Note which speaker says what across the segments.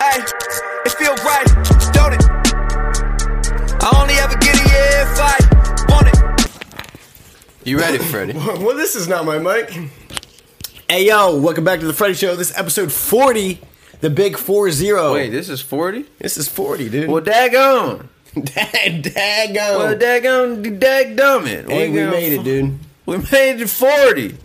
Speaker 1: right, it feel right, don't it? I only ever get it yeah, if I want it.
Speaker 2: You ready, Freddie?
Speaker 3: well, this is not my mic. Hey, yo, welcome back to the Freddy Show. This is episode 40, the big 4 0.
Speaker 2: Wait, this is 40?
Speaker 3: this is 40, dude.
Speaker 2: Well, daggone.
Speaker 3: dag,
Speaker 2: Well, daggone,
Speaker 3: daggone.
Speaker 2: daggummit.
Speaker 3: Hey, Oh. we
Speaker 2: got-
Speaker 3: made it, dude.
Speaker 2: We made it to 40.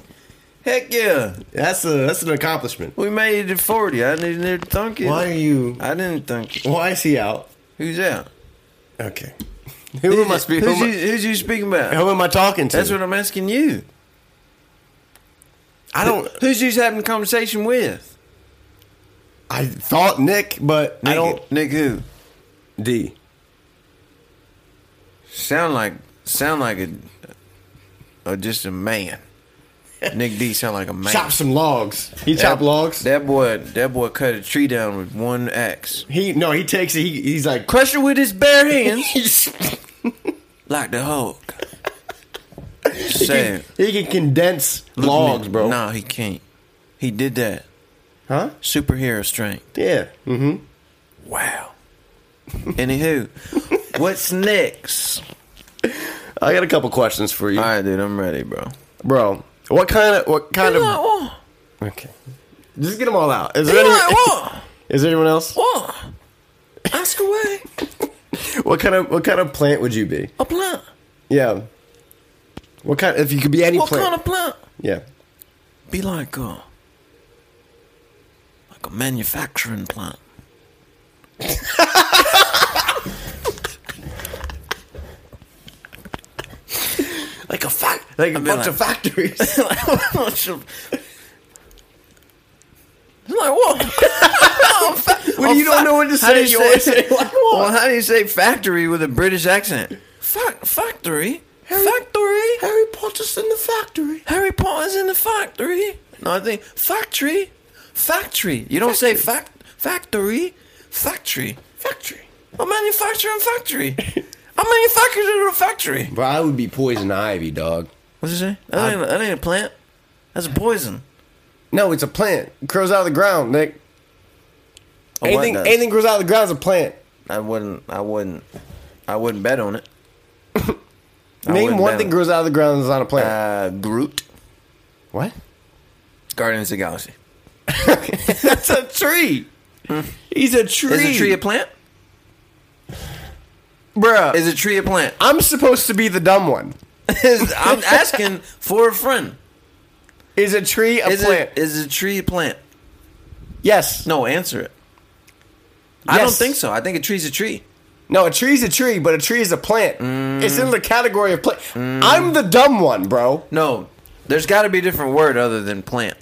Speaker 2: Heck yeah.
Speaker 3: That's a that's an accomplishment.
Speaker 2: We made it to 40. I didn't thunk it.
Speaker 3: Why are you.
Speaker 2: I didn't thunk it.
Speaker 3: Why is he out?
Speaker 2: Who's out?
Speaker 3: Okay. Who am I
Speaker 2: Who's,
Speaker 3: speaking who, am
Speaker 2: you, who's you speaking
Speaker 3: I-
Speaker 2: about?
Speaker 3: who am I talking to?
Speaker 2: That's what I'm asking you.
Speaker 3: I don't.
Speaker 2: Who's you having a conversation with?
Speaker 3: I thought Nick, but I don't.
Speaker 2: Nick who?
Speaker 3: D.
Speaker 2: Sound like sound like a, or just a man. Nick D sound like a man.
Speaker 3: Chop some logs. He chop
Speaker 2: That-
Speaker 3: logs.
Speaker 2: That boy, that boy cut a tree down with one axe.
Speaker 3: he no. He takes it. He, he's like.
Speaker 2: Crushed it with his bare hands, like the Hulk. Sad.
Speaker 3: He can condense logs, bro.
Speaker 2: No, he can't. He did that.
Speaker 3: Huh?
Speaker 2: Superhero strength.
Speaker 3: Yeah. Mm-hmm.
Speaker 2: Wow. Anywho, what's next?
Speaker 3: I got a couple questions for you,
Speaker 2: All right, dude, I'm ready, bro.
Speaker 3: bro. What kind of what kind of?
Speaker 2: Whoa,
Speaker 3: Okay. Just get them all out. Is there
Speaker 2: whoa,
Speaker 3: any,
Speaker 2: whoa,
Speaker 3: Is there anyone else?
Speaker 2: whoa. Ask away.
Speaker 3: What kind of what kind of plant would you be?
Speaker 2: A plant.
Speaker 3: Yeah. What kind? If you could be any
Speaker 2: What
Speaker 3: plant.
Speaker 2: kind of plant?
Speaker 3: yeah.
Speaker 2: Be like a, like a manufacturing plant.
Speaker 3: Like a fact. Like a
Speaker 2: mean,
Speaker 3: bunch
Speaker 2: like-
Speaker 3: of factories.
Speaker 2: like, what's your- I'm like, what?
Speaker 3: when you don't know what to
Speaker 2: How do
Speaker 3: say,
Speaker 2: you
Speaker 3: you always
Speaker 2: say-
Speaker 3: say like
Speaker 2: well,
Speaker 3: what?
Speaker 2: how do you say factory with a British accent? Fac factory? factory?
Speaker 3: Harry Potter's in the factory.
Speaker 2: Harry Potter's in the factory. No, I think factory, factory. You don't say fac- factory, factory.
Speaker 3: Factory.
Speaker 2: A manufacturing factory. A manufacturing factory.
Speaker 3: Bro, I would be poison ivy, dog.
Speaker 2: What's it say? That ain't, that ain't a plant. That's a poison.
Speaker 3: No, it's a plant. It grows out of the ground, Nick.
Speaker 2: A what
Speaker 3: anything
Speaker 2: does?
Speaker 3: anything grows out of the ground is a plant.
Speaker 2: I wouldn't. I wouldn't. I wouldn't bet on it. I
Speaker 3: Name
Speaker 2: wouldn't
Speaker 3: one
Speaker 2: bet
Speaker 3: thing
Speaker 2: on it.
Speaker 3: grows out of the ground that's not a plant.
Speaker 2: Uh, Groot,
Speaker 3: what?
Speaker 2: Guardians of the Galaxy.
Speaker 3: That's a tree. He's Hmm. a tree.
Speaker 2: Is a tree a plant?
Speaker 3: Bruh.
Speaker 2: Is a tree a plant?
Speaker 3: I'm supposed to be the dumb one.
Speaker 2: Is- I'm asking for a friend.
Speaker 3: Is a tree a
Speaker 2: Is
Speaker 3: plant?
Speaker 2: It, is a tree a plant?
Speaker 3: yes.
Speaker 2: No, answer it. I don't
Speaker 3: Yes.
Speaker 2: think so. I think a tree's a tree.
Speaker 3: No, a tree's a tree, but a tree is a plant.
Speaker 2: Mm.
Speaker 3: It's in the category of plant. I'm the dumb one, bro.
Speaker 2: No, there's got to be a different word other than plant.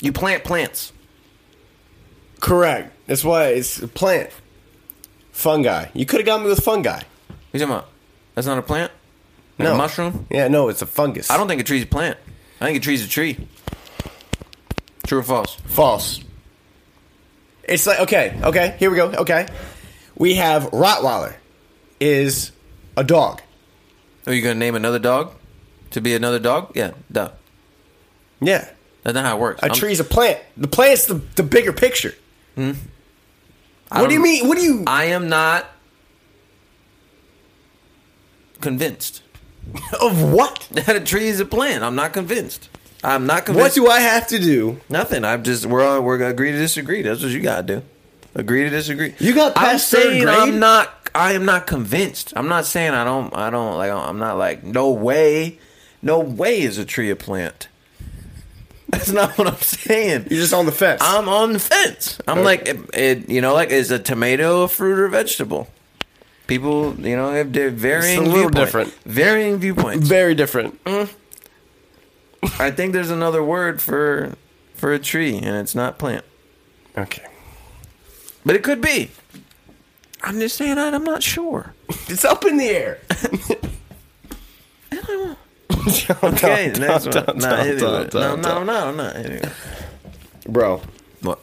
Speaker 2: You plant plants.
Speaker 3: Correct. That's why it's a plant. Fungi. You could have got me with fungi.
Speaker 2: You talking about? That's not a plant. Like
Speaker 3: No
Speaker 2: a mushroom.
Speaker 3: Yeah, no, it's a fungus.
Speaker 2: I don't think a tree's a plant. I think a tree's a tree. True or false?
Speaker 3: False. It's like okay, okay. Here we go. Okay, we have Rottweiler is a dog.
Speaker 2: Are Oh, you gonna name another dog to be another dog? Yeah, duh.
Speaker 3: Yeah,
Speaker 2: That's not how it works.
Speaker 3: a
Speaker 2: I'm-
Speaker 3: tree's a plant. The plant's the, the bigger picture.
Speaker 2: I
Speaker 3: What do you
Speaker 2: don't-
Speaker 3: mean? What do you?
Speaker 2: I am not convinced
Speaker 3: of what?
Speaker 2: that a tree is a plant. I'm not convinced. I'm not
Speaker 3: What
Speaker 2: convinced.
Speaker 3: do I have to do?
Speaker 2: Nothing. I'm just we're all, we're gonna agree to disagree. That's what you gotta do. Agree to disagree.
Speaker 3: You got past
Speaker 2: I'm
Speaker 3: third
Speaker 2: saying
Speaker 3: grade?
Speaker 2: I'm not. I am not convinced. I'm not saying I don't. I don't like. I'm not like no way. No way is a tree a plant. That's not what I'm saying.
Speaker 3: You're just on the fence.
Speaker 2: I'm on the fence. I'm
Speaker 3: Okay.
Speaker 2: like, it, it, you know, like is a tomato a fruit or a vegetable? People, you know, have their varying
Speaker 3: little
Speaker 2: viewpoint-
Speaker 3: different.
Speaker 2: Varying viewpoints.
Speaker 3: Very different.
Speaker 2: I think there's another word for for a tree, and it's not plant,
Speaker 3: Okay,
Speaker 2: but it could be. I'm just saying that I'm not sure.
Speaker 3: it's up in the air.
Speaker 2: Okay,
Speaker 3: Tom,
Speaker 2: next
Speaker 3: Tom,
Speaker 2: one.
Speaker 3: Tom,
Speaker 2: Not
Speaker 3: Tom,
Speaker 2: hitting
Speaker 3: Tom,
Speaker 2: it. No,
Speaker 3: Tom,
Speaker 2: no,
Speaker 3: Tom.
Speaker 2: no, I'm not hitting it.
Speaker 3: bro.
Speaker 2: What?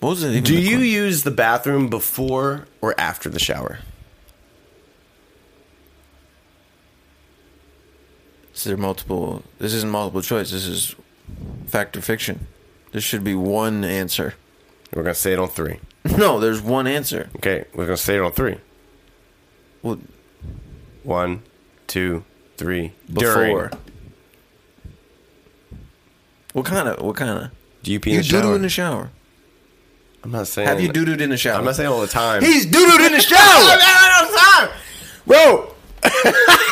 Speaker 2: What was it? Even
Speaker 3: Do
Speaker 2: the
Speaker 3: you
Speaker 2: question?
Speaker 3: use the bathroom before or after the shower?
Speaker 2: Is there multiple? This isn't multiple choice. This is fact or fiction. There should be one answer.
Speaker 3: We're gonna say it on three.
Speaker 2: No, there's one answer.
Speaker 3: Okay, we're gonna say it on three.
Speaker 2: Well,
Speaker 3: One, two, three.
Speaker 2: before.
Speaker 3: During.
Speaker 2: What kind of? What kind of?
Speaker 3: Do you pee in
Speaker 2: You
Speaker 3: the shower?
Speaker 2: doo doo in the shower.
Speaker 3: I'm not saying.
Speaker 2: Have you doo dooed in the shower?
Speaker 3: I'm not saying all the time.
Speaker 2: He's doo dooed in the shower.
Speaker 3: out of time, bro.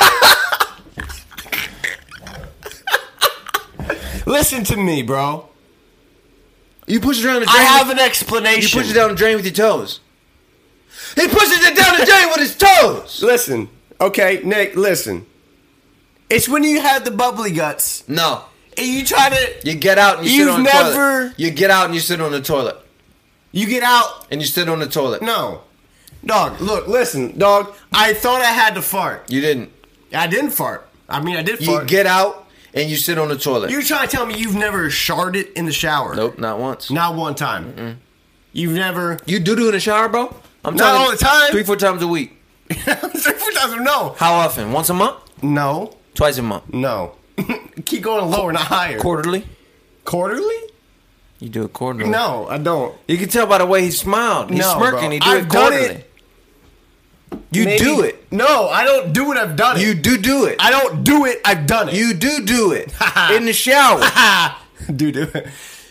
Speaker 3: Listen to me, bro.
Speaker 2: You push it down the drain.
Speaker 3: I have
Speaker 2: with-
Speaker 3: an
Speaker 2: You
Speaker 3: explanation.
Speaker 2: push it down the drain with your toes. He pushes it down the drain with his toes.
Speaker 3: Listen, okay, Nick. Listen, it's when you have the bubbly guts
Speaker 2: No,
Speaker 3: and you try to
Speaker 2: you get out and you
Speaker 3: You've
Speaker 2: sit on the
Speaker 3: never-
Speaker 2: toilet. You get out and you sit on the toilet
Speaker 3: you get out
Speaker 2: and you sit on the toilet.
Speaker 3: No. Dog, look, listen, dog. I thought I had to fart.
Speaker 2: you didn't.
Speaker 3: I didn't fart. I mean, I did
Speaker 2: You
Speaker 3: fart.
Speaker 2: get out and you sit on the toilet.
Speaker 3: You're trying to tell me you've never sharded in the shower?
Speaker 2: nope, not once.
Speaker 3: Not one time. You've never.
Speaker 2: You doo doo in the shower, bro? I'm
Speaker 3: Not
Speaker 2: talking
Speaker 3: all the time.
Speaker 2: Three, four times a week.
Speaker 3: no.
Speaker 2: How often? Once a month?
Speaker 3: No.
Speaker 2: Twice a month?
Speaker 3: No. Keep going lower, not higher.
Speaker 2: Quarterly?
Speaker 3: Quarterly?
Speaker 2: You do it quarterly?
Speaker 3: No, I don't.
Speaker 2: You can tell by the way he smiled. He's
Speaker 3: No,
Speaker 2: smirking.
Speaker 3: bro.
Speaker 2: He do
Speaker 3: I've
Speaker 2: it
Speaker 3: done
Speaker 2: quarterly.
Speaker 3: it.
Speaker 2: You
Speaker 3: Maybe-
Speaker 2: do it.
Speaker 3: No, I don't do it. I've done it.
Speaker 2: You do do it.
Speaker 3: I don't do it. I've done it.
Speaker 2: You do do it in the shower.
Speaker 3: do do it,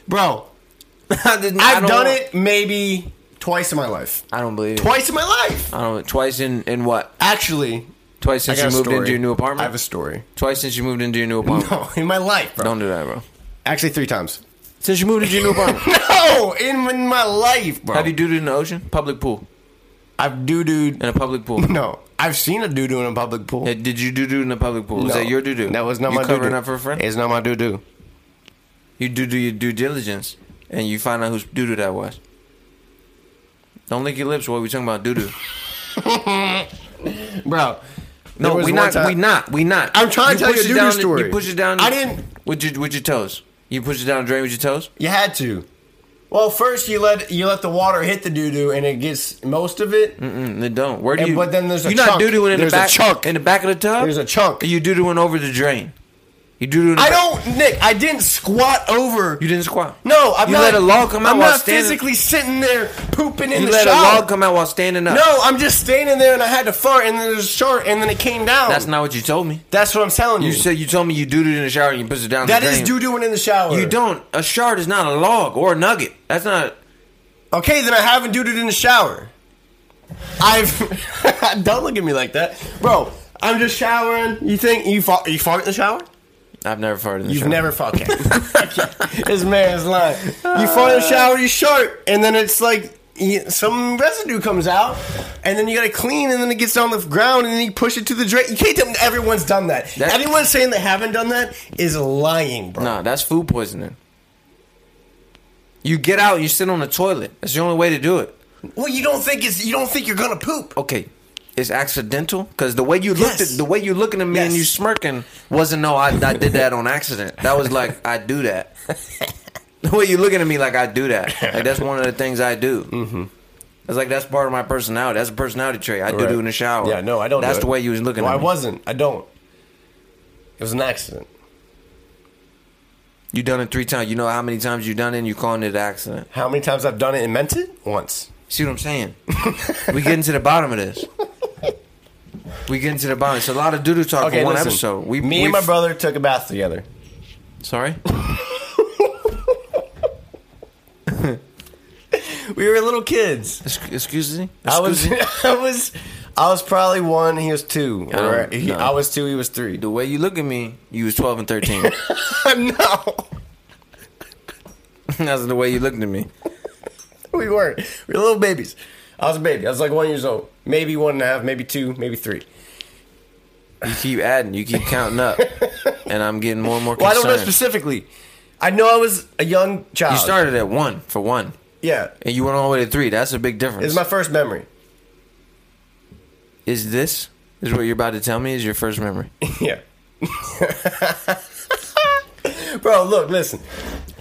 Speaker 3: bro.
Speaker 2: I didn't- I
Speaker 3: I've
Speaker 2: don't
Speaker 3: done
Speaker 2: want-
Speaker 3: it maybe twice in my life.
Speaker 2: I don't believe it.
Speaker 3: Twice in my life.
Speaker 2: I don't. Twice in in what?
Speaker 3: Actually,
Speaker 2: Twice since
Speaker 3: I
Speaker 2: you
Speaker 3: got a
Speaker 2: moved into
Speaker 3: story.
Speaker 2: your new apartment.
Speaker 3: I have a story.
Speaker 2: Twice since you moved into your new apartment.
Speaker 3: No, in my life, bro.
Speaker 2: Don't do that, bro.
Speaker 3: Actually, three times.
Speaker 2: Since you moved into your new apartment,
Speaker 3: No, in, in my life, bro.
Speaker 2: have you doo doo in the ocean? Public pool
Speaker 3: I've doo dooed.
Speaker 2: in a public pool.
Speaker 3: No, I've seen a doo doo in a public pool.
Speaker 2: Hey, Did you doo doo in a public pool?
Speaker 3: no.
Speaker 2: Is that your doo doo?
Speaker 3: That was not
Speaker 2: you
Speaker 3: my doo doo.
Speaker 2: covering up for a friend.
Speaker 3: It's not my doo doo.
Speaker 2: you do do your due diligence, and you find out whose doo doo that was. Don't lick your lips while we talking about doo doo.
Speaker 3: Bro.
Speaker 2: No,
Speaker 3: there was
Speaker 2: we
Speaker 3: one
Speaker 2: not.
Speaker 3: time-
Speaker 2: We not. We not.
Speaker 3: I'm trying to tell
Speaker 2: push
Speaker 3: you a
Speaker 2: it
Speaker 3: doo-doo
Speaker 2: down-
Speaker 3: story.
Speaker 2: You push it down.
Speaker 3: I didn't-
Speaker 2: With your with your toes. You push it down the drain with your toes.
Speaker 3: You had to. Well, first you let you let the water hit the doo doo and it gets most of it.
Speaker 2: Mm, they don't. Where do
Speaker 3: And-
Speaker 2: you?
Speaker 3: but then there's a
Speaker 2: you
Speaker 3: chunk.
Speaker 2: not doo dooing in
Speaker 3: There's a
Speaker 2: the back.
Speaker 3: chunk.
Speaker 2: in the back of the tub.
Speaker 3: There's a chunk.
Speaker 2: Or you doo dooing over the drain. You doo dooing.
Speaker 3: I don't, Nick. I didn't squat over.
Speaker 2: You didn't squat.
Speaker 3: no, I'm
Speaker 2: you
Speaker 3: not.
Speaker 2: let a log come out
Speaker 3: I'm
Speaker 2: while
Speaker 3: not
Speaker 2: standing.
Speaker 3: physically sitting there pooping in
Speaker 2: you
Speaker 3: the
Speaker 2: let
Speaker 3: shower.
Speaker 2: a log come out while standing up.
Speaker 3: No, I'm just standing there and I had to fart and then there's a short and then it came down.
Speaker 2: that's not what you told me.
Speaker 3: That's what I'm telling you.
Speaker 2: You said you told me you doo dooed in the shower and you pushed it down.
Speaker 3: that
Speaker 2: the
Speaker 3: is
Speaker 2: drain.
Speaker 3: doo dooing in the shower.
Speaker 2: You don't. A shard is not a log or a nugget. That's not.
Speaker 3: Okay, then I haven't doo dooed in the shower. I've don't look at me like that, bro. I'm just showering. You think you fart? You fart in the shower?
Speaker 2: I've never farted in the
Speaker 3: You've
Speaker 2: shower.
Speaker 3: never fucking. this man's lying. You fart in the shower, you short, and then it's like you- some residue comes out, and then you gotta clean, and then it gets on the ground, and then you push it to the drain. You can't tell me everyone's done that.
Speaker 2: That-
Speaker 3: Anyone saying they haven't done that is lying, bro.
Speaker 2: Nah, that's food poisoning. You get out and you sit on the toilet. That's the only way to do it.
Speaker 3: Well, you don't think it's you don't think you're gonna poop.
Speaker 2: Okay, it's accidental because the way you looked
Speaker 3: Yes.
Speaker 2: at the way you looking at me and
Speaker 3: Yes.
Speaker 2: you smirking wasn't no, I, I did that on accident. That was like I do that. the way you looking at me like I do that. Like that's one of the things I do. Mm-hmm. It's like that's part of my personality. That's a personality trait. I do
Speaker 3: Right.
Speaker 2: do in the shower.
Speaker 3: Yeah, no, I don't.
Speaker 2: That's
Speaker 3: do
Speaker 2: the
Speaker 3: it.
Speaker 2: way you was looking
Speaker 3: No,
Speaker 2: at
Speaker 3: I
Speaker 2: me.
Speaker 3: wasn't. I don't. It was an accident.
Speaker 2: You done it three times. You know how many times you done it and you calling it an accident.
Speaker 3: How many times I've done it and meant it? Once.
Speaker 2: See what I'm saying? we getting to the bottom of this. We getting to the bottom. It's a lot of doo doo talk for one
Speaker 3: listen.
Speaker 2: episode. We,
Speaker 3: me
Speaker 2: we
Speaker 3: and my brother took a bath together.
Speaker 2: Sorry.
Speaker 3: We were little kids.
Speaker 2: Ex- Excuse me.
Speaker 3: I was,
Speaker 2: Excuse me? Oh,
Speaker 3: I was, I was probably one. He was two.
Speaker 2: I don't
Speaker 3: Or he-
Speaker 2: know.
Speaker 3: I was two. He was three.
Speaker 2: The way you look at me, you was twelve and thirteen.
Speaker 3: no,
Speaker 2: That's the way you looked at me.
Speaker 3: we weren't. We were little babies. I was a baby. I was like one years old, maybe one and a half, maybe two, maybe three.
Speaker 2: You keep adding, you keep counting up, and I'm getting more and more
Speaker 3: Well, I
Speaker 2: concerned.
Speaker 3: don't know specifically. I know I was a young child.
Speaker 2: you started at one for one,
Speaker 3: Yeah,
Speaker 2: and you went all the way to three. That's a big difference.
Speaker 3: it's my first memory.
Speaker 2: is this is what you're about to tell me? Is your first memory?
Speaker 3: Yeah. Bro, look, listen.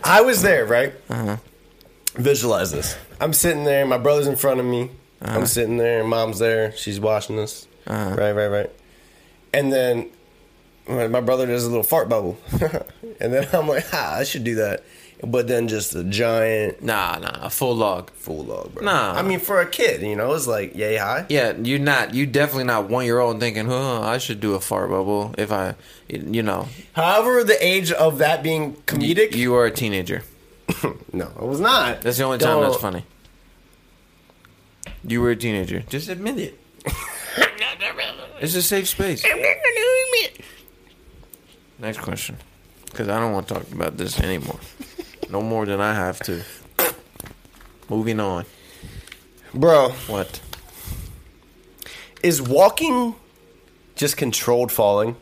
Speaker 3: I was there, right?
Speaker 2: Uh-huh.
Speaker 3: Visualize this. I'm sitting there, my brother's in front of me. I'm
Speaker 2: Uh-huh.
Speaker 3: sitting there, mom's there, she's watching us. Right, right, right. And then my my brother does a little fart bubble. and then I'm like, ah, I should do that. but then just a giant
Speaker 2: Nah, nah, a full log.
Speaker 3: full log, bro.
Speaker 2: Nah.
Speaker 3: I mean for a kid, you know, it's like yay high.
Speaker 2: Yeah, you're not. You definitely not one year old thinking, "Huh, I should do a fart bubble." If I, you know,
Speaker 3: However, the age of that being comedic,
Speaker 2: you are a teenager.
Speaker 3: no, it was not.
Speaker 2: That's the only time that's
Speaker 3: Don't-
Speaker 2: funny. You were a teenager. Just admit it. it's a safe space. Next question, because I don't want to talk about this anymore. No more than I have to. Moving on.
Speaker 3: Bro,
Speaker 2: What?
Speaker 3: is walking just controlled falling?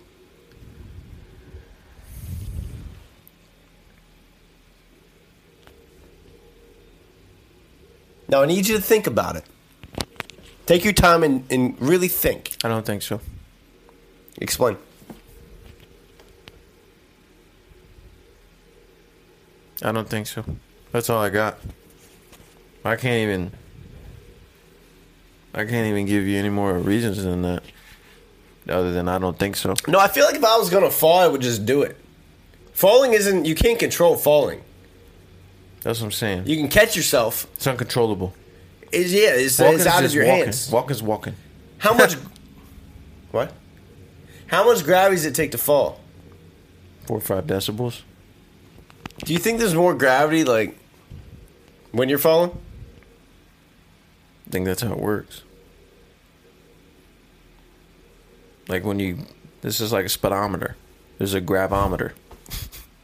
Speaker 3: Now I need you to think about it. Take your time and, and really think.
Speaker 2: I don't think so.
Speaker 3: Explain.
Speaker 2: I don't think so. That's all I got. I can't even. I can't even give you any more reasons than that. Other than I don't think so.
Speaker 3: No, I feel like if I was gonna fall, I would just do it. Falling isn't you can't control falling.
Speaker 2: That's what I'm saying.
Speaker 3: You can catch yourself.
Speaker 2: It's uncontrollable.
Speaker 3: It's, yeah, it's,
Speaker 2: Walking
Speaker 3: it's
Speaker 2: is
Speaker 3: out of
Speaker 2: just
Speaker 3: your
Speaker 2: walking.
Speaker 3: hands.
Speaker 2: Walking's walking.
Speaker 3: How much? what? How much gravity does it take to fall?
Speaker 2: Four or five decibels.
Speaker 3: Do you think there's more gravity like when you're falling?
Speaker 2: I think that's how it works. Like when you, this is like a speedometer. There's a grabometer.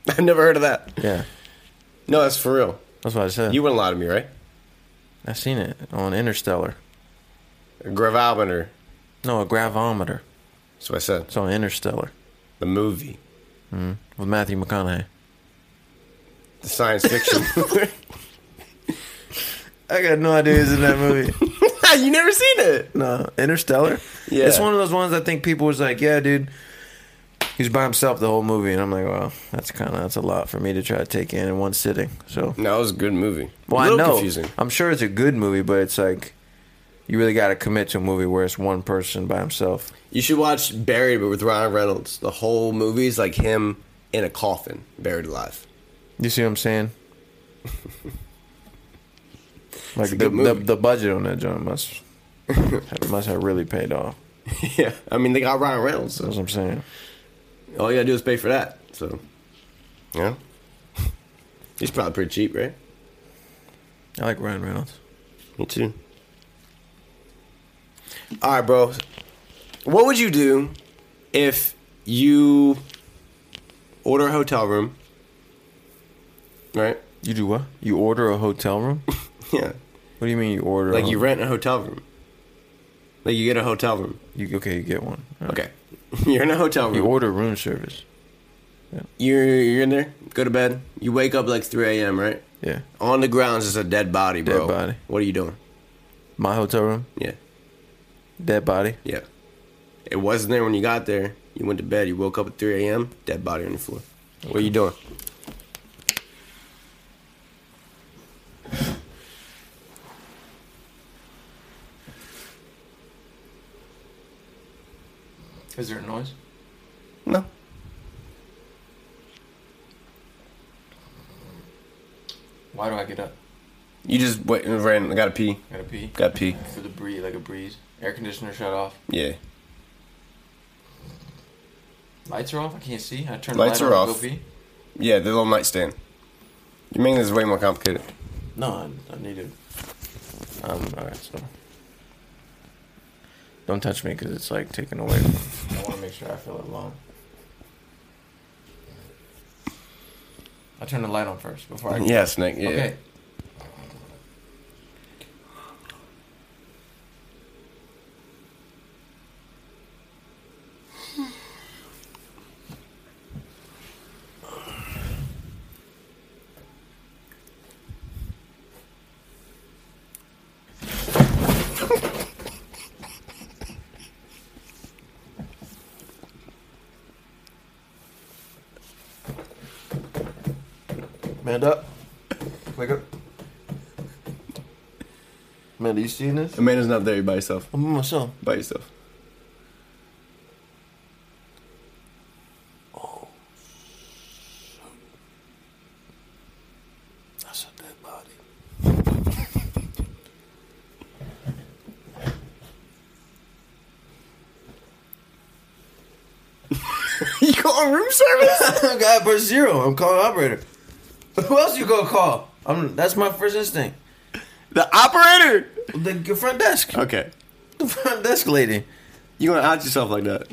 Speaker 3: I've never heard of that.
Speaker 2: Yeah,
Speaker 3: No, that's for real.
Speaker 2: that's what I said.
Speaker 3: You wouldn't lie to me, right?
Speaker 2: I seen it on Interstellar.
Speaker 3: A gravimeter.
Speaker 2: No, a gravometer.
Speaker 3: That's what I said.
Speaker 2: It's on Interstellar
Speaker 3: The movie,
Speaker 2: with Matthew McConaughey.
Speaker 3: the science fiction.
Speaker 2: I got no idea who's in that movie.
Speaker 3: you never seen it?
Speaker 2: no, Interstellar.
Speaker 3: Yeah.
Speaker 2: it's one of those ones I think people was like, "Yeah, dude, he's by himself the whole movie," and I'm like, "Well, that's kind of that's a lot for me to try to take in in one sitting." So,
Speaker 3: No, it was a good movie.
Speaker 2: well,
Speaker 3: a
Speaker 2: I
Speaker 3: little
Speaker 2: know
Speaker 3: confusing.
Speaker 2: I'm sure it's a good movie, but it's like you really got to commit to a movie where it's one person by himself.
Speaker 3: You should watch Buried, but with Ryan Reynolds. The whole movie's like him in a coffin, buried alive.
Speaker 2: You see what I'm saying? like the,
Speaker 3: good
Speaker 2: the
Speaker 3: movie.
Speaker 2: the budget on that joint must must have really paid off.
Speaker 3: yeah, I mean they got Ryan Reynolds. so-
Speaker 2: That's what I'm saying.
Speaker 3: All you gotta do is pay for that. So, yeah, he's probably pretty cheap, right?
Speaker 2: I like Ryan Reynolds.
Speaker 3: Me too. All right, bro. What would you do if you order a hotel room, right?
Speaker 2: You do what? You order a hotel room? what
Speaker 3: Yeah,
Speaker 2: do you mean you order?
Speaker 3: like
Speaker 2: a
Speaker 3: you
Speaker 2: hot-
Speaker 3: rent a hotel room. Like you get a hotel room.
Speaker 2: You, okay, you get one. All right.
Speaker 3: Okay, you're in a hotel
Speaker 2: You
Speaker 3: room.
Speaker 2: order room service.
Speaker 3: You're you're in there. Go to bed. You wake up like 3 a.m. Right?
Speaker 2: Yeah.
Speaker 3: On the grounds is a dead body,
Speaker 2: Dead
Speaker 3: bro.
Speaker 2: body.
Speaker 3: What are you doing?
Speaker 2: My hotel room,
Speaker 3: Yeah.
Speaker 2: dead body.
Speaker 3: Yeah. It wasn't there when you got there. You went to bed. You woke up at 3 a.m. Dead body on the floor. What are you doing?
Speaker 2: Is there a noise?
Speaker 3: No.
Speaker 2: Why do I get up?
Speaker 3: You just went and ran. I gotta pee.
Speaker 2: I gotta pee.
Speaker 3: Gotta pee.
Speaker 2: For the breeze, like a breeze. Air conditioner shut off.
Speaker 3: Yeah.
Speaker 2: Lights are off. I can't see. I turn
Speaker 3: the Lights light are on to go off. pee. Yeah, the little nightstand. You're making this way more complicated.
Speaker 2: No, I, I need it. Um. All right. So. Don't touch me because it's like taken away. From I want to make sure I feel alone. I turn the light on first before I.
Speaker 3: Yeah, snake. Yeah.
Speaker 2: Okay. Man up. Wake up. Man, are you seeing this?
Speaker 3: Amanda's not there. You're by yourself.
Speaker 2: I'm by myself.
Speaker 3: By yourself.
Speaker 4: about it.
Speaker 3: you calling room service?
Speaker 2: guy at birth zero. I'm calling operator. Who else you gonna call? I'm, that's my first instinct.
Speaker 3: the operator.
Speaker 2: The your front desk.
Speaker 3: Okay.
Speaker 2: The front desk lady.
Speaker 3: You gonna out yourself like that?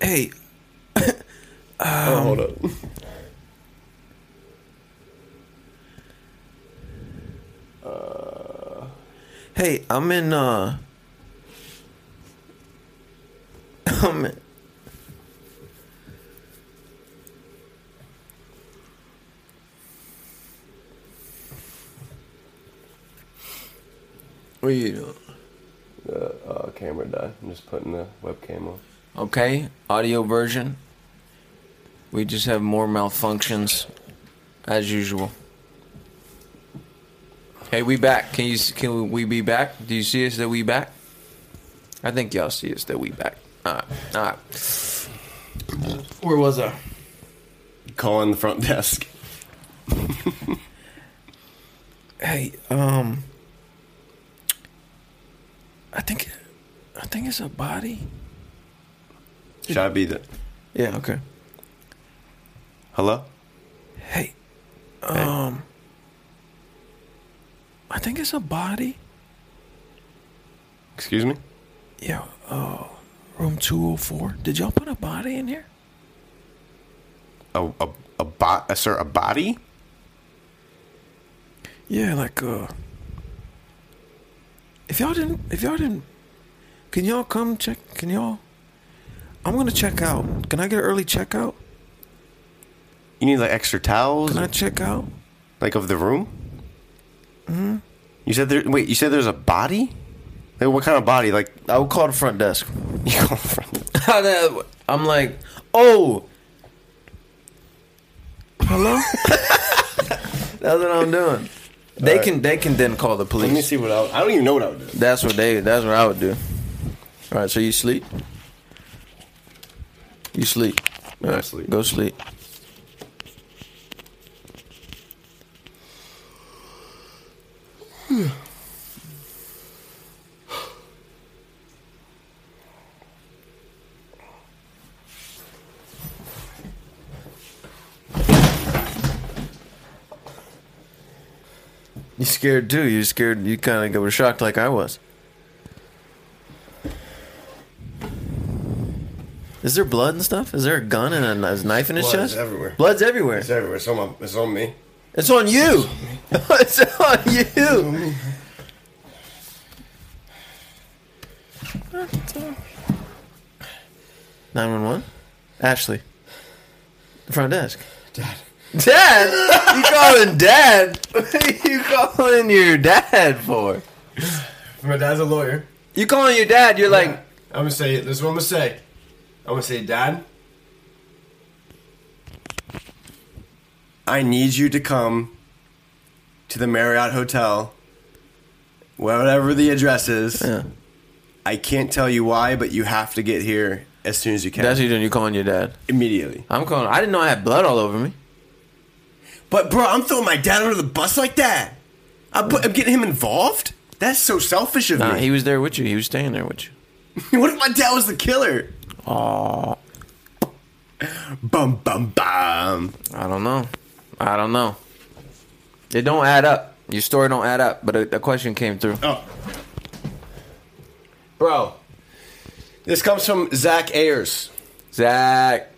Speaker 2: Hey,
Speaker 3: oh, hold up.
Speaker 2: hey, I'm in. uh I'm in. What are you doing?
Speaker 3: The uh, camera died. I'm just putting the webcam on.
Speaker 2: Okay, audio version. We just have more malfunctions, as usual. Hey, we back. Can you can we be back? Do you see us that we back? I think y'all see us that we back. All right, all right. Where was I?
Speaker 3: Calling the front desk.
Speaker 2: Hey, um, I think, I think it's a body.
Speaker 3: Should I be the?
Speaker 2: Yeah. Okay.
Speaker 3: Hello.
Speaker 2: Hey, um, I think it's a body.
Speaker 3: Excuse me.
Speaker 2: Yeah, uh, room 204. Did y'all put a body in here?
Speaker 3: A a a bot? sir, a body?
Speaker 2: Yeah, like uh If y'all didn't if y'all didn't Can y'all come check can y'all I'm gonna check out. Can I get an early checkout?
Speaker 3: You need like extra towels,
Speaker 2: Can I check out?
Speaker 3: like of the room. Hmm. Mm-hmm. You said there. Wait, you said there's a body. Like what kind of body? Like
Speaker 2: I would call the front desk.
Speaker 3: you call the front desk.
Speaker 2: I'm like, oh Hello? That's what I'm doing. They
Speaker 3: right.
Speaker 2: can they can then call the
Speaker 3: Let me
Speaker 2: police.
Speaker 3: see what I. I don't even know what I would do.
Speaker 2: That's what they. That's what I would do. All right. So you sleep. You sleep. All
Speaker 3: I
Speaker 2: right.
Speaker 3: sleep.
Speaker 2: Go sleep. You scared too. You scared. You kind of were shocked like I was. Is there blood and stuff? Is there a gun and a kn- knife in his
Speaker 3: Blood is
Speaker 2: chest?
Speaker 3: everywhere.
Speaker 2: Blood's everywhere.
Speaker 3: It's everywhere. It's on, my, it's on me.
Speaker 2: It's on you. it's on you. Nine one one. Ashley. The front desk. Dad. Dad. You calling dad? What are you calling your dad for?
Speaker 3: My dad's a lawyer.
Speaker 2: You calling your dad? You're like,
Speaker 3: I'm gonna say this. Is what I'm gonna say. I'm gonna say, Dad. I need you to come to the Marriott Hotel, whatever the address is.
Speaker 2: yeah.
Speaker 3: I can't tell you why, but you have to get here as soon as you can.
Speaker 2: That's what you're doing. You calling your dad?
Speaker 3: immediately.
Speaker 2: I'm calling. I didn't know I had blood all over me.
Speaker 3: But bro, I'm throwing my dad under the bus like that. I put, I'm getting him involved. That's so selfish of
Speaker 2: Nah,
Speaker 3: me.
Speaker 2: he was there with you. He was staying there with you.
Speaker 3: what if my dad was the killer? Oh. Bum bum bum.
Speaker 2: I don't know. I don't know. It don't add up. Your story don't add up. But a, a question came through.
Speaker 3: Oh. Bro. This comes from Zach Ayers.
Speaker 2: Zach.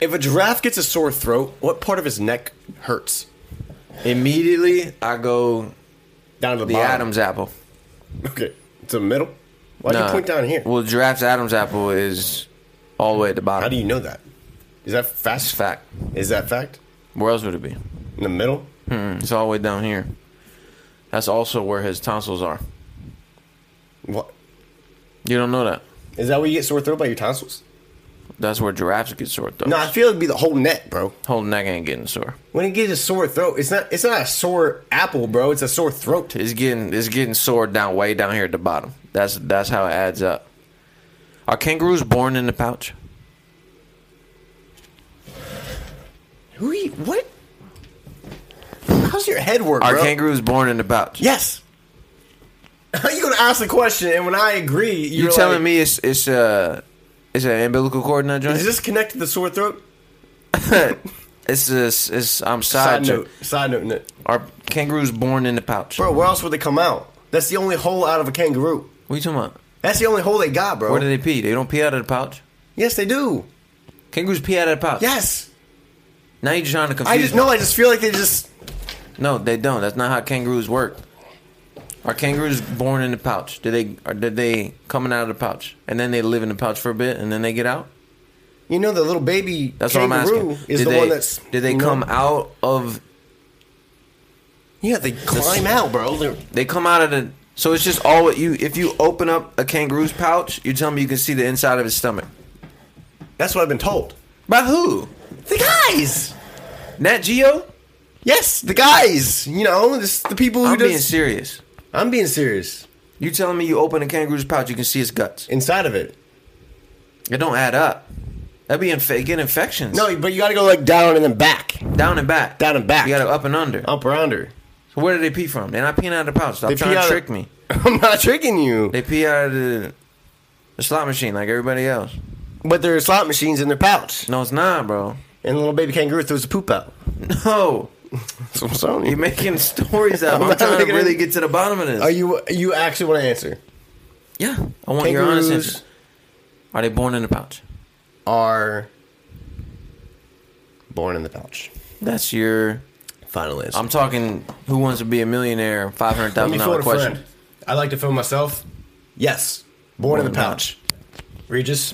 Speaker 3: If a giraffe gets a sore throat, what part of his neck hurts?
Speaker 2: Immediately, I go
Speaker 3: Down to the,
Speaker 2: the
Speaker 3: bottom.
Speaker 2: Adam's apple.
Speaker 3: Okay. It's the middle. Why'd
Speaker 2: Nah.
Speaker 3: you point down here?
Speaker 2: Well, giraffe's Adam's apple is all the way at the bottom.
Speaker 3: How do you know that? Is that
Speaker 2: It's
Speaker 3: fast?
Speaker 2: fact.
Speaker 3: Is that fact?
Speaker 2: Where else would it be?
Speaker 3: In the middle? Hmm.
Speaker 2: Mm, It's all the way down here. That's also where his tonsils are.
Speaker 3: What?
Speaker 2: You don't know that.
Speaker 3: Is that where you get sore throat by your tonsils?
Speaker 2: That's where giraffes get sore throats.
Speaker 3: No, I feel it'd be the whole neck, bro.
Speaker 2: Whole neck ain't getting sore.
Speaker 3: When it gets a sore throat, it's not it's not a sore apple, bro. It's a sore throat.
Speaker 2: It's getting it's getting sore down way down here at the bottom. That's that's how it adds up. Are kangaroos born in the pouch?
Speaker 3: Who are you, what? How's your head work,
Speaker 2: Are
Speaker 3: bro?
Speaker 2: kangaroos born in the pouch?
Speaker 3: yes. How you gonna ask the question, and when I agree,
Speaker 2: you
Speaker 3: you're
Speaker 2: telling
Speaker 3: like,
Speaker 2: me it's it's uh it's an umbilical cord in that joint?
Speaker 3: Is this connected to the sore throat?
Speaker 2: it's this it's I'm
Speaker 3: Side
Speaker 2: side,
Speaker 3: note.
Speaker 2: note.
Speaker 3: Side note. in it.
Speaker 2: Are kangaroos born in the pouch?
Speaker 3: Bro, where else would they come out? That's the only hole out of a kangaroo.
Speaker 2: What are you talking about?
Speaker 3: That's the only hole they got, bro.
Speaker 2: Where do they pee? They don't pee out of the pouch.
Speaker 3: yes, they do.
Speaker 2: Kangaroos pee out of the pouch.
Speaker 3: Yes.
Speaker 2: Now you're trying to confuse.
Speaker 3: I just
Speaker 2: me.
Speaker 3: no. I just feel like they just.
Speaker 2: No, they don't. That's not how kangaroos work. Are kangaroos born in the pouch? Do they are did they coming out of the pouch and then they live in the pouch for a bit and then they get out?
Speaker 3: You know, the little baby
Speaker 2: That's what I'm
Speaker 3: kangaroo
Speaker 2: asking.
Speaker 3: is
Speaker 2: did
Speaker 3: the
Speaker 2: they,
Speaker 3: one that's.
Speaker 2: did they
Speaker 3: you know-
Speaker 2: come out of
Speaker 3: Yeah, they climb out, bro. They're,
Speaker 2: they come out of the so it's just all what you if you open up a kangaroo's pouch, you tell me you can see the inside of his stomach.
Speaker 3: that's what I've been told.
Speaker 2: By who?
Speaker 3: The guys.
Speaker 2: Nat Geo?
Speaker 3: Yes, the guys. You know, this, the people who
Speaker 2: I'm
Speaker 3: does.
Speaker 2: being serious.
Speaker 3: I'm being serious.
Speaker 2: You telling me you open a kangaroo's pouch, you can see his guts.
Speaker 3: Inside of it.
Speaker 2: It don't add up. That'd be inf- get infections.
Speaker 3: No, but you got to go like down and then back,
Speaker 2: down and back.
Speaker 3: Down and back.
Speaker 2: You gotta up and under.
Speaker 3: up around her.
Speaker 2: So where do they pee from? They're not peeing out of the pouch. Stop
Speaker 3: They pee
Speaker 2: trying
Speaker 3: out
Speaker 2: to
Speaker 3: of-
Speaker 2: trick me.
Speaker 3: I'm not tricking you.
Speaker 2: They pee out of the, the slot machine like everybody else.
Speaker 3: But there are slot machines in their pouch,
Speaker 2: No, it's not, bro.
Speaker 3: and little baby kangaroo throws a poop out.
Speaker 2: No,
Speaker 3: That's what I'm telling
Speaker 2: you're
Speaker 3: you.
Speaker 2: making stories up.
Speaker 3: I'm
Speaker 2: I'm,
Speaker 3: not
Speaker 2: trying to
Speaker 3: making
Speaker 2: really
Speaker 3: any-
Speaker 2: get to the bottom of this.
Speaker 3: Are you you actually want to answer?
Speaker 2: yeah, I want your honest
Speaker 3: Kangaroos-
Speaker 2: answer. Are they born in the pouch?
Speaker 3: Are born in the pouch.
Speaker 2: That's your.
Speaker 3: Final answer.
Speaker 2: I'm talking. Who wants to be a millionaire? Five hundred
Speaker 3: Let
Speaker 2: thousand
Speaker 3: me
Speaker 2: dollar
Speaker 3: phone a
Speaker 2: question.
Speaker 3: friend. I like to film myself. Yes, born, in the pouch. Regis,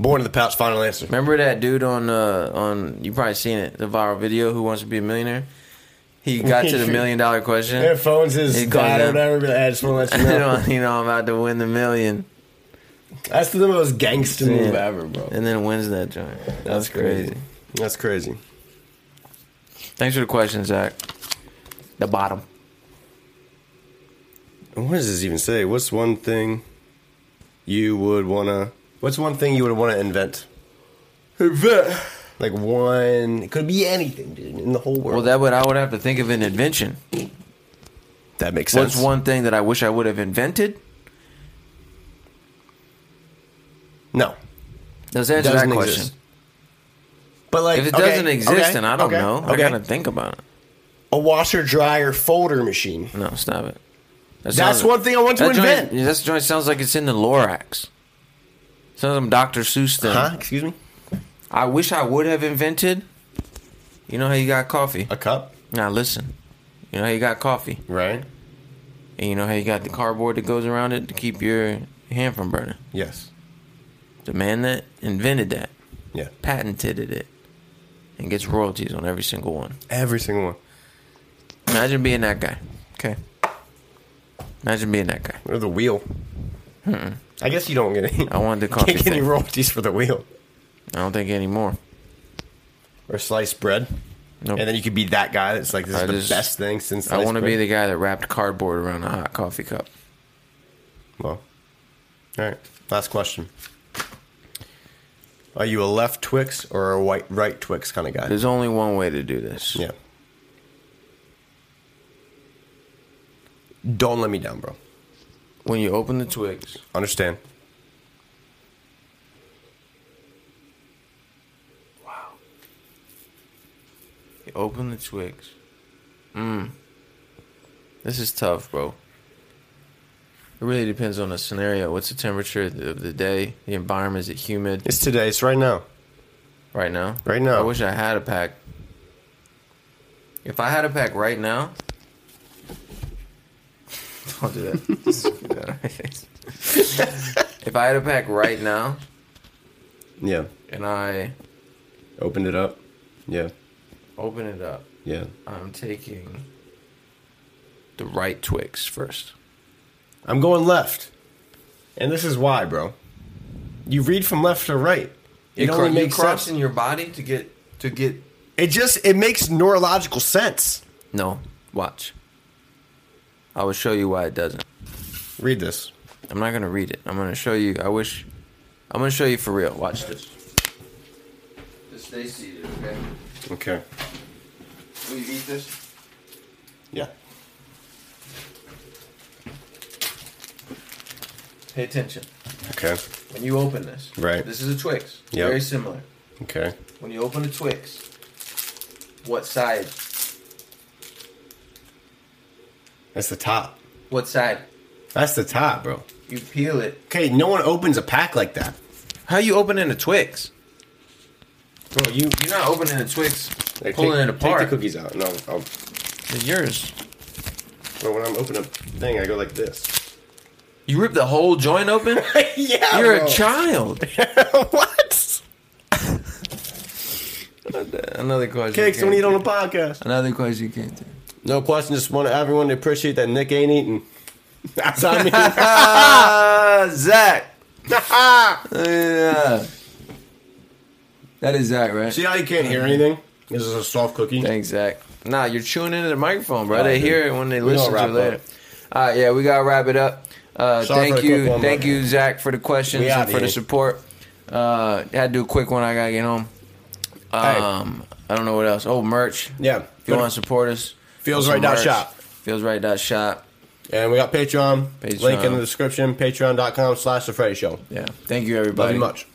Speaker 3: born in the pouch. Final answer.
Speaker 2: Remember that dude on uh, on you probably seen it the viral video Who Wants to Be a Millionaire? He got to the million dollar question.
Speaker 3: Their phones is
Speaker 2: It goes
Speaker 3: dad or
Speaker 2: down.
Speaker 3: whatever. But I just want to let you
Speaker 2: you,
Speaker 3: know.
Speaker 2: know, you know I'm about to win the million.
Speaker 3: That's the most gangster move
Speaker 2: Yeah.
Speaker 3: ever, bro.
Speaker 2: And then wins that joint. That's, crazy.
Speaker 3: That's crazy.
Speaker 2: Thanks for the question, Zach. The bottom.
Speaker 3: And What does this even say? What's one thing you would wanna? What's one thing you would wanna invent? Invent. Like one, it could be anything, dude, in the whole world.
Speaker 2: Well, that would I would have to think of an invention.
Speaker 3: that makes
Speaker 2: What's one thing that I wish I would have invented?
Speaker 3: No,
Speaker 2: Let's answer that
Speaker 3: doesn't
Speaker 2: question.
Speaker 3: exist. But like,
Speaker 2: If it
Speaker 3: okay,
Speaker 2: doesn't exist,
Speaker 3: okay,
Speaker 2: then I don't
Speaker 3: okay,
Speaker 2: know. I
Speaker 3: okay.
Speaker 2: gotta think about it.
Speaker 3: a washer, dryer, folder machine.
Speaker 2: No, stop it. That
Speaker 3: That's one thing I want to
Speaker 2: that joint-
Speaker 3: invent.
Speaker 2: yeah, That joint sounds like it's in the Lorax. Sounds like Dr. Seuss thing.
Speaker 3: Huh? Excuse me.
Speaker 2: I wish I would have invented. You know how you got coffee.
Speaker 3: A cup,
Speaker 2: Now listen. You know how you got coffee.
Speaker 3: right?
Speaker 2: And you know how you got the cardboard that goes around it to keep your hand from burning?
Speaker 3: Yes.
Speaker 2: The man that invented that,
Speaker 3: Yeah.
Speaker 2: patented it, and gets royalties on every single one.
Speaker 3: Every single one.
Speaker 2: Imagine being that guy.
Speaker 3: Okay.
Speaker 2: Imagine being that guy.
Speaker 3: Or the wheel. I guess you don't get any.
Speaker 2: Hmm. I wanted the
Speaker 3: can't
Speaker 2: coffee
Speaker 3: get any
Speaker 2: thing.
Speaker 3: royalties for the wheel
Speaker 2: I don't think anymore.
Speaker 3: or sliced bread.
Speaker 2: Nope.
Speaker 3: And then you could be that guy that's like, this is
Speaker 2: I
Speaker 3: the
Speaker 2: just-
Speaker 3: best thing since
Speaker 2: I want to be the guy that wrapped cardboard around a hot coffee cup.
Speaker 3: Well, all right. Last question. Are you a left Twix or a white right Twix kind of guy?
Speaker 2: There's only one way to do this.
Speaker 3: yeah. Don't let me down, bro.
Speaker 2: When you open the twigs,
Speaker 3: Understand?
Speaker 2: you open the twigs. Mmm. This is tough, bro. It really depends on the scenario. What's the temperature of the day? The environment is it humid?
Speaker 3: It's today. It's right now.
Speaker 2: Right now?
Speaker 3: Right now.
Speaker 2: I wish I had a pack. If I had a pack right now. Don't do that. Just get that out of my face. if I had a pack right now
Speaker 3: Yeah.
Speaker 2: and I
Speaker 3: Opened it up. Yeah.
Speaker 2: open it up,
Speaker 3: Yeah.
Speaker 2: I'm taking the right Twix first.
Speaker 3: I'm going left. And this is why, bro. You read from left to right. It
Speaker 2: cro-
Speaker 3: only makes sense.
Speaker 2: crossing your body to get to get
Speaker 3: It just it makes neurological sense.
Speaker 2: No, watch. I will show you why it doesn't.
Speaker 3: Read this.
Speaker 2: I'm not gonna read it. I'm gonna show you. I wish. I'm gonna show you for real. Watch this. Just stay seated, okay?
Speaker 3: Okay.
Speaker 2: Will you eat this?
Speaker 3: Yeah.
Speaker 2: Pay attention.
Speaker 3: Okay.
Speaker 2: When you open this,
Speaker 3: Right.
Speaker 2: This is a Twix.
Speaker 3: Yep.
Speaker 2: Very similar.
Speaker 3: Okay.
Speaker 2: When you open a Twix, what side?
Speaker 3: That's the top.
Speaker 2: What side?
Speaker 3: That's the top, bro.
Speaker 2: You peel it.
Speaker 3: Okay, no one opens a pack like that.
Speaker 2: How you opening a Twix?
Speaker 3: Bro, you
Speaker 2: You're not opening a Twix,
Speaker 3: Like,
Speaker 2: pulling
Speaker 3: take,
Speaker 2: it apart.
Speaker 3: Take the cookies out. No, I'll,
Speaker 2: It's yours.
Speaker 3: bro, when I'm opening a thing, I go like this.
Speaker 2: You ripped the whole joint open.
Speaker 3: yeah,
Speaker 2: You're a child.
Speaker 3: child. what?
Speaker 2: Another question.
Speaker 3: Cakes
Speaker 2: you
Speaker 3: don't
Speaker 2: can't
Speaker 3: eat on
Speaker 2: do.
Speaker 3: the podcast.
Speaker 2: Another question you can't do.
Speaker 3: No question. Just want everyone to appreciate that Nick ain't eating. That's what I mean.
Speaker 2: Ah, Zach. yeah. That is Zach, right?
Speaker 3: See how you can't hear anything? This is a soft cookie.
Speaker 2: Thanks, Zach. Nah, you're chewing into the microphone, bro.
Speaker 3: Oh,
Speaker 2: they
Speaker 3: dude.
Speaker 2: hear it when they
Speaker 3: We
Speaker 2: listen to
Speaker 3: gonna
Speaker 2: it
Speaker 3: wrap
Speaker 2: later. All right, yeah, we gotta wrap it up. Uh,
Speaker 3: Sorry for
Speaker 2: thank
Speaker 3: the
Speaker 2: you,
Speaker 3: quick one,
Speaker 2: thank
Speaker 3: bro.
Speaker 2: you, Zach, for the questions
Speaker 3: We
Speaker 2: and
Speaker 3: outta
Speaker 2: for the
Speaker 3: here.
Speaker 2: support. Uh, had to do a quick one. I gotta get home. Um, I don't know what else. Oh, merch.
Speaker 3: Yeah.
Speaker 2: if you want to support us,
Speaker 3: Feels
Speaker 2: get some
Speaker 3: Right dot
Speaker 2: merch.
Speaker 3: shop.
Speaker 2: Feels right dot shop.
Speaker 3: And we got Patreon.
Speaker 2: Patreon.
Speaker 3: Link in the description. Patreon.com slash The Freddy Show.
Speaker 2: Yeah, thank you,
Speaker 3: Love
Speaker 2: everybody.
Speaker 3: you much.